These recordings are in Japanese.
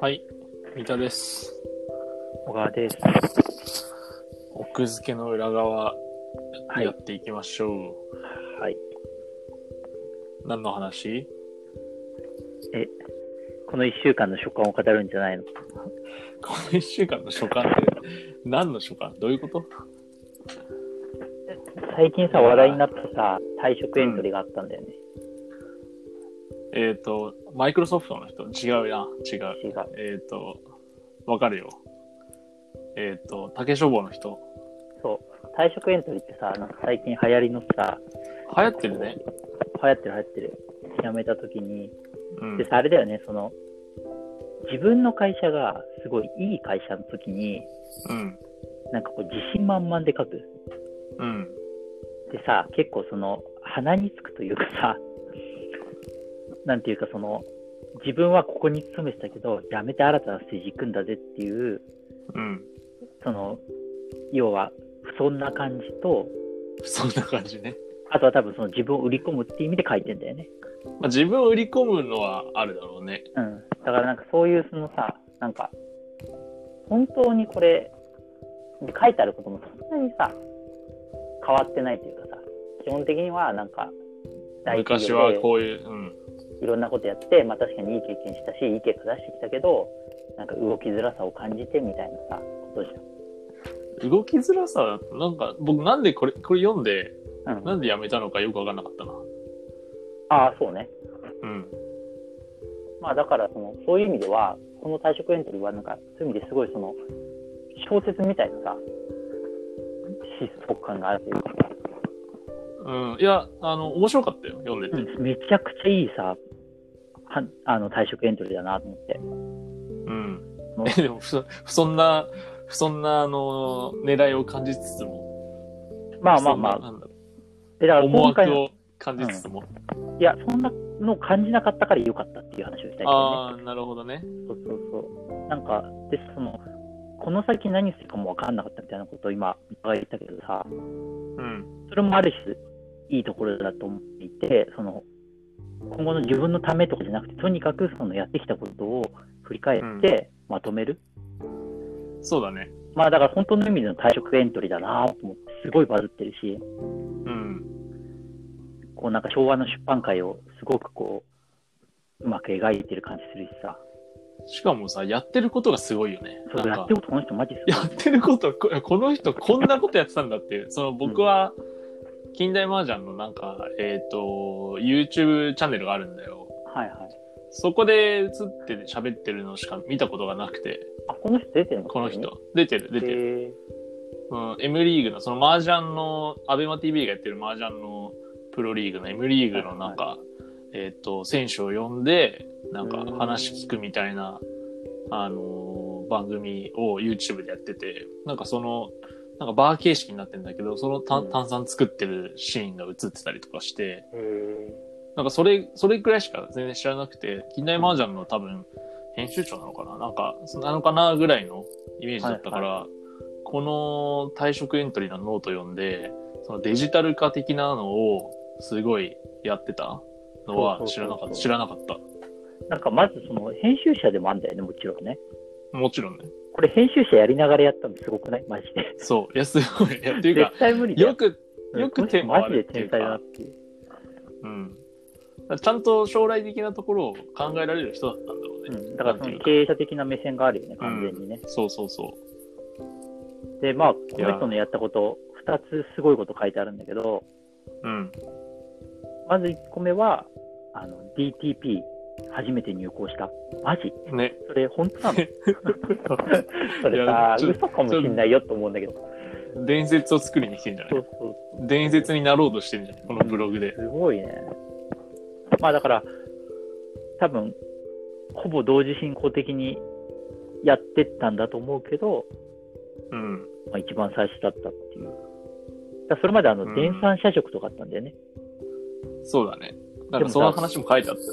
はい、三田です。小川です。奥付けの裏側はいやっていきましょう。はい。何の話この一週間の所感を語るんじゃないのこの一週間の所感って何の所感どういうこと最近さ、話題になったさ、退職エントリーがあったんだよね。えっ、と、マイクロソフトの人違うな、違う。違う。えっ、と、わかるよ。えっ、と、竹書房の人。そう。退職エントリーってさ、なんか最近流行りのさ、流行ってるね。流行ってる流行ってる。辞めた時に。うんで。さ、あれだよね、その、自分の会社がすごいいい会社の時に、うん。なんかこう自信満々で書く。うん。でさ、結構その、鼻につくというかさ、 なんていうかその、自分はここに勤めてたけど、辞めて新たなステージ行くんだぜっていう、うん。その、要は、不んな感じと、そんな感じね。あとは多分その自分を売り込むっていう意味で書いてんだよね。まあ、自分を売り込むのはあるだろうね。うん。だからなんかそういうそのさ、なんか、本当にこれ、書いてあることもそんなにさ、変わってないというかさ、基本的にはなんか、大企昔業はでこういう、うん。いろんなことやって、まあ確かにいい経験したし、いい結果出してきたけど、なんか動きづらさを感じてみたいなさ、ことじ動きづらさは、なんか、僕なんでこれ、これ読んで、ゃん。うん。なんで辞めたのかよくわかんなかったな。ああ、そうね。うん。まあだからその、そういう意味では、この退職エントリーはなんか、そういう意味ですごいその、小説みたいなさ、疾走感があるというかさ、うん。いや、あの、面白かったよ、読んでて。めちゃくちゃいいさ、はあの退職エントリーだなと思って。うん。もうえ、 でも、そそんな、そんな、あの、狙いを感じつつも。まあまあまそんなあ、なんだろえだかうら思今回惑の、を感じつつも。いや、そんなのを感じなかったから良かったっていう話をしたいけどね。ああ、なるほどね。そうそうそう。なんか、で、その、この先何するかも分かんなかったみたいなことを今、お伺いしたけどさ、うん。それもある種、いいところだと思っていて、その、今後の自分のためとかじゃなくて、とにかくそのやってきたことを振り返ってまとめる。そうだね。まあだから本当の意味での退職エントリーだなと思って、すごいバズってるし、うん。こうなんか昭和の出版界をすごくこう、うまく描いてる感じするしさ、しかもさ、やってることがすごいよね。それなやんっかて、ることこの人マジすごいやってること、ここの人こんなことやってたんだっていう。その僕は、近代麻雀のなんか、えっ、と、YouTube チャンネルがあるんだよ。はいはい。そこで映って喋ってるのしか見たことがなくて、あ、この人出てるのこの人。出てる、出てる。うん、M リーグの、その麻雀の、アベマ TV がやってる麻雀のプロリーグの M リーグのなんか、えっ、と、選手を呼んで、なんかうん話聞くみたいな、あのー番組を YouTube でやってて、なんかその、なんかバー形式になってんだけど、そのう炭ん炭酸作ってるシーンが映ってたりとかして、へーなんかそれ、それくらいしか全然知らなくて、近代麻雀の多分、編集長なのかななんか、なのかなぐらいのイメージだったから、この退職エントリーのノート読んで、そのデジタル化的なのをすごいやってたのはそう知そらうなそかうそうった。知らなかった。なんかまずその編集者でもあんだよね、もちろんね。もちろんね。これ編集者やりながらやったのすごくないマジで。そう。いや、すごい。いやっていうか、絶対無理だよく、うんよこくの人手もあマジるでってい天うか才だなっていう。うん。だからちゃんと将来的なところを考えられる人だったんだろううね。ん、だからなんそていのうか経営者的な目線があるよね、完全にね。そうそうそう。で、まあ、この人のやったこと、2つすごいこと書いてあるんだけど、うん。まず1個目は、あの、DTP、初めて入校した。マジね。それ本当な のそれいやさ、ちょ嘘かもしんないよと思うんだけど。伝説を作りに来てんじゃなそいうそう。伝説になろうとしてんじゃないこのブログで。すごいね。まあだから、多分、ほぼ同時進行的にやってったんだと思うけど、うん。まあ、一番最初だったっていう。だからそれまであの、うん電産社食とかあったんだよね。そうだね。なんかでもその話も書いてあったね。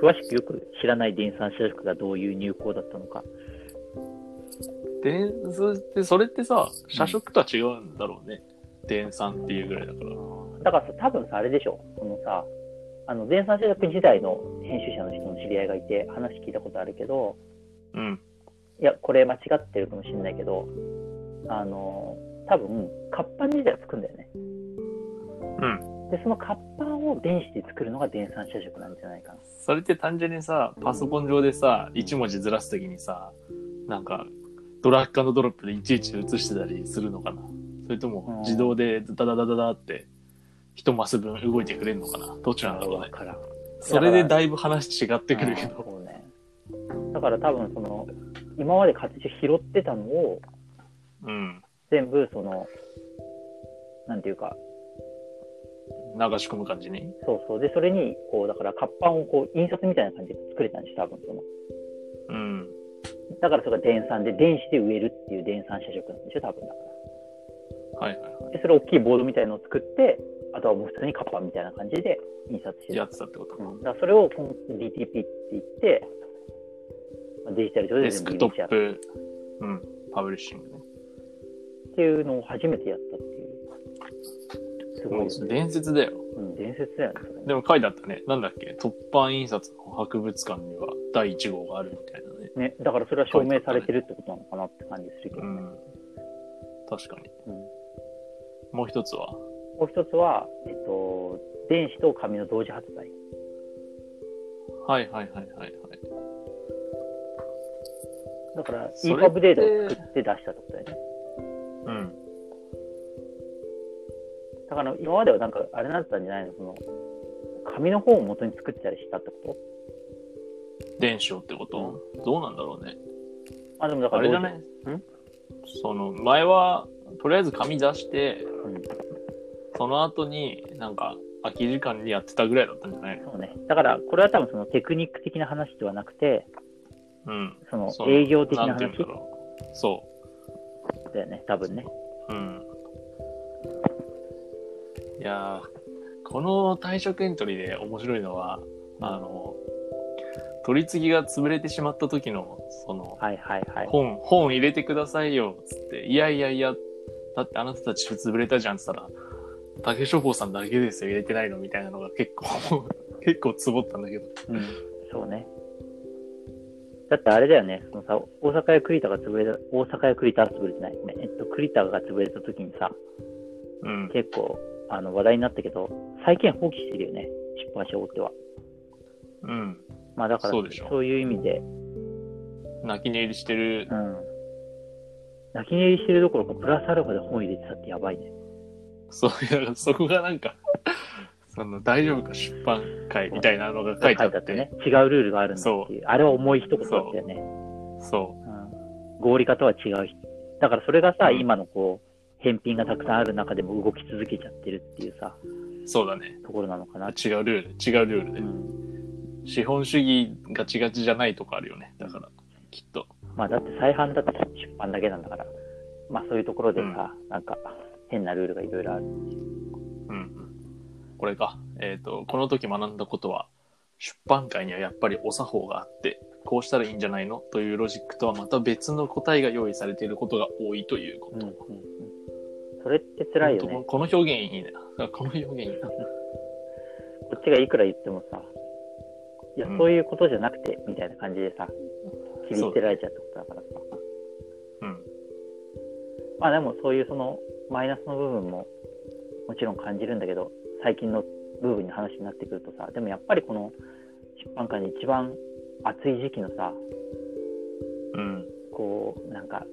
詳しくよく知らない電産社食がどういう入校だったのか。伝説って、それってさ、社食とは違うんだろうね。伝3っていうぐらいだから。だからさ多分さあれでしょこのさあの前産制作時代の編集者の人の知り合いがいて話聞いたことあるけどうん。いやこれ間違ってるかもしれないけどあの多分活版自体は作るんだよねうん。でその活版を電子で作るのが電産社食なんじゃないかなそれって単純にさ、パソコン上でさ、1文字ずらすときにさ、なんか、ドラッカーのドロップでいちいち写してたりするのかなそれとうんも自動でダダダダダって一マス分動いてくれるのかなどっちなんだろうねわ。からんそれでだいぶ話違ってくるけあーど。そうねだから多分その今まで形を拾ってたのをうん。全部そのなんていうか流し込む感じに。そうそうでそれにこうだから活版をこう印刷みたいな感じで作れたんです多分そのうん。だからそれが電産で電子で植えるっていう電産社食なんでしょ多分だかはいはいはらでそれ大きいボードみたいのを作ってあとはもう普通に活版みたいな感じで印刷してい。るやってたってことか。だからそれを今 DTP って言って、まあデジタル上でデス全部クリトリースやッるプ、うん、パブリッシングね。っていうのを初めてやったっていう。すごいもようね。伝説だよ。うん伝説だよね、それねでも書いてあったね。なんだっけ突版印刷の博物館には第1号があるみたいなね。ね。だからそれは証明されてるってことなのかなって感じするけどうね。ん。確かに。うんもう一つは、もう一つは、えっと、電子と紙の同時発売。はいはいはいはいはい。だから、そイれーってパブデータを作って出したってことだよね。うん。だから今まではなんか、あれなってたんじゃないのその、紙の本を元に作ってたりしたってこ伝承ってこと、どうなんだろうね。とあ、でもだかあられ同じゃ時、ないその、前は、とりあえず紙出して、うんその後になんか空き時間にやってたぐらいだったんじゃないのそうね。だから、これは多分そのテクニック的な話ではなくて、うん。そのそ営業的なんて話いうんだろう。そだよね、多分ね。う。うん。いやーこの退職エントリーで面白いのは、あの、取り次ぎが潰れてしまった時の、その、はいはいはい。本、本入れてくださいよ、つって、いやいやいや、だってあなたたち潰れたじゃん、つったら、竹書房さんだけですよ、入れてないの、みたいなのが結構、 結構つぼったんだけど。うん、そうね。だってあれだよね、そのさ、大阪屋栗田が潰れた、大阪屋栗田は潰れてない。えっと、栗田が潰れた時にさ、うん。結構、あの、話題になったけど、債権放棄してるよね、出版社大手は。うん。まあだから、そうでしょいう意味で、泣き寝入りしてるうん。泣き寝入りしてるどころか、プラスアルファで本入れてたってやばいね。そう、い やだからそこがなんか、その、大丈夫か、出版会みたいなのが書いてあって、ね。違うルールがあるんだっていう。あれは重い一言だったよね。そうん合理化とは違う人。だからそれがさ、うん今のこう、返品がたくさんある中でも動き続けちゃってるっていうさ、う、そうだね。ところなのかなって。違うルール、違うルールで。うん資本主義ガチガチじゃないとこあるよね。だから、きっと。まあだって再販だって出版だけなんだから、まあそういうところでさ、なんか変なルールがいろいろある。うんうん。これか。えっ、と、この時学んだことは、出版界にはやっぱりお作法があって、こうしたらいいんじゃないのというロジックとはまた別の答えが用意されていることが多いというこうんと。うんうんそれって辛いよねほんと。このこの表現いいな。この表現いいな。こっちがいくら言ってもさ、いや、うんそういうことじゃなくて、みたいな感じでさ、切り捨てられちゃうってことだからさ。うん。まあでもそういうそのマイナスの部分ももちろん感じるんだけど最近の部分の話になってくるとさでもやっぱりこの出版界で一番暑い時期のさ うん。こうなんか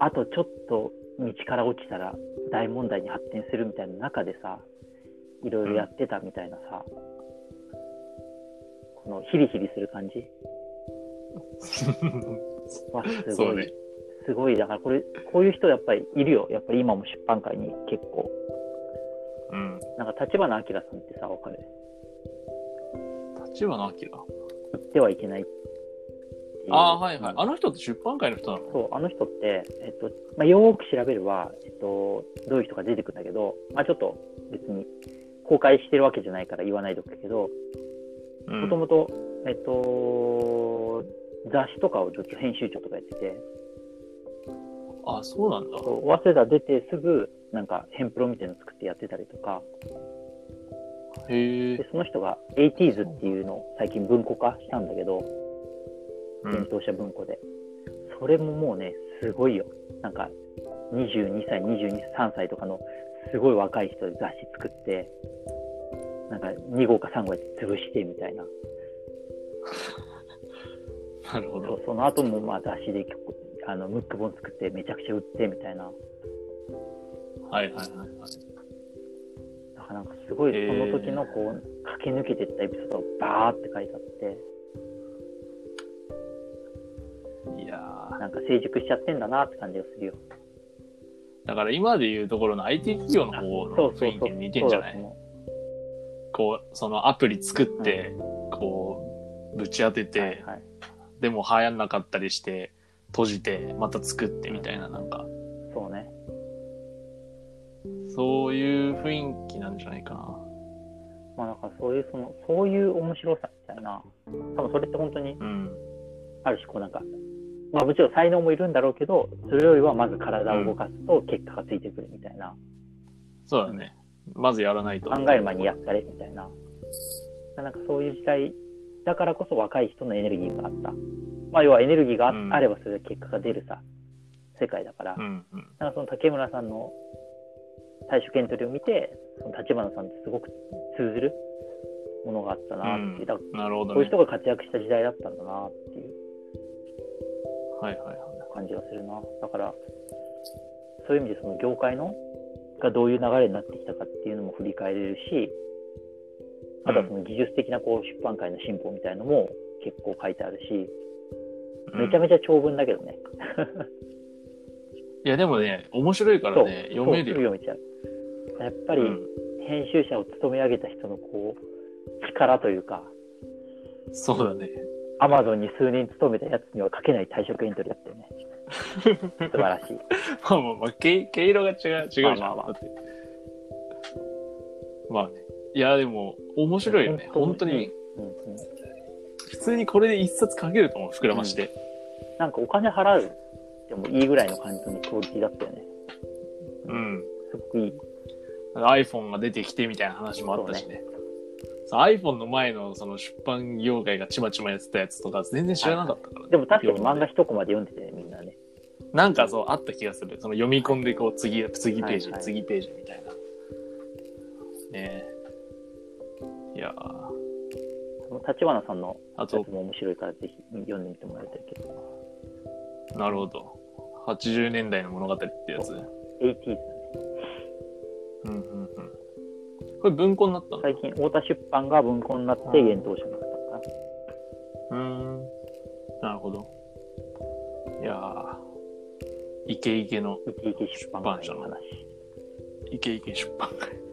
あとちょっと道から落ちたら大問題に発展するみたいな中でさいろいろやってたみたいなさ、このヒリヒリする感じはすそごうい、ね。すごいだからこれこういう人やっぱりいるよやっぱり今も出版界に結構うん。なんか立花明さんってさわかる立花明。言ってはいけないっていうああ、はいはい。あの人って出版界の人なのそうあの人って、えっとまあ、よーく調べれば、えっと、どういう人が出てくるんだけど、まあ、ちょっと別に公開してるわけじゃないから言わないでおくけどうもともとえっと雑誌とかをちょっと編集長とかやっててあ、そうなんだ。そう早稲田出てすぐなんかヘンプロみたいなの作ってやってたりとかへえで。その人が 80s っていうのを最近文庫化したんだけどう伝ん。統者文庫で、それももうねすごいよなんか22歳23歳とかのすごい若い人で雑誌作ってなんか2号か3号やって潰してみたいななるほそど。うその後もまあ雑誌で結構あのムック本作ってめちゃくちゃ売ってみたいなはいはいはいはい。だからなんかすごいそへーの時のこう駆け抜けてったエピソードがバーって書いてあっていやーなんか成熟しちゃってんだなって感じがするよだから今でいうところの IT 企業の方の雰囲気に似てんじゃないそうだと思こう、そのアプリ作って、こう、ぶち当てうて、はいはいでも流行んなかったりして、閉じて、また作ってみたいな、なんか、そうねそういう雰囲気なんじゃないかな。まあなんかそういうそのそういう面白さみたいな多分それって本当にうん。ある種こうなんかまあもちろん才能もいるんだろうけどそれよりはまず体を動かすと結果がついてくるみたいな、そうだね。まずやらないと。考える前にやったれみたいななんかそういう時代だからこそ若い人のエネルギーがあったまあ要はエネルギーがあ,、うんあればそれが結果が出るさ世界だから、うんうん。なんかその竹村さんの大衆剣取りを見てその立花さんってすごく通ずるものがあったなっていう、うんだからなるほどこうねいう人。が活躍した時代だったんだなっていうはいはいはい。感じがするなだからそういう意味でその業界のがどういう流れになってきたかっていうのも振り返れるしあとはその技術的なこう出版界の進歩みたいのも結構書いてあるし、めちゃめちゃ。めちゃ長文だけどね。いやでもね、面白いかそらうね、読めるよ。そうすぐ読めちゃう。やっぱりうん編集者を務め上げた人のこう力というか、そうだね。アマゾンに数年勤めたやつには書けない退職エントリーだったよね。素晴らしい。まあまあまあ、毛毛色が違う、違うじゃん。まあまあまあだってまあね。いや、でも、面白いよね。本本当当にに、うんうん、普通にこれで一冊書けると思う、膨らまして。なんかお金払うでもいいぐらいの感じのクオリティだったよね。うん。すごくいい。 iPhone が出てきてみたいな話もあったしね。そう iPhone の前のその出版業界がちまちまやってたやつとか全然知らなかったからね、でも確かに読んで漫画一コマで読んでてね、みんなね。なんかそうあった気がする。その読み込んでこう次、次ページ、はいはい次ページみたいな。ねえ。いやー立花さんのあやつと、も面白いからぜひ読んでみてもらいたいけど。なるほど。80年代の物語ってやつ。うん 80s だね。うんうん。これ文庫になったの、最近、太田出版が文庫になって、幻冬者になったのかな。うーん。なるほど。いやーイケイケのイケイケ出版会の話。イケイケ出版会。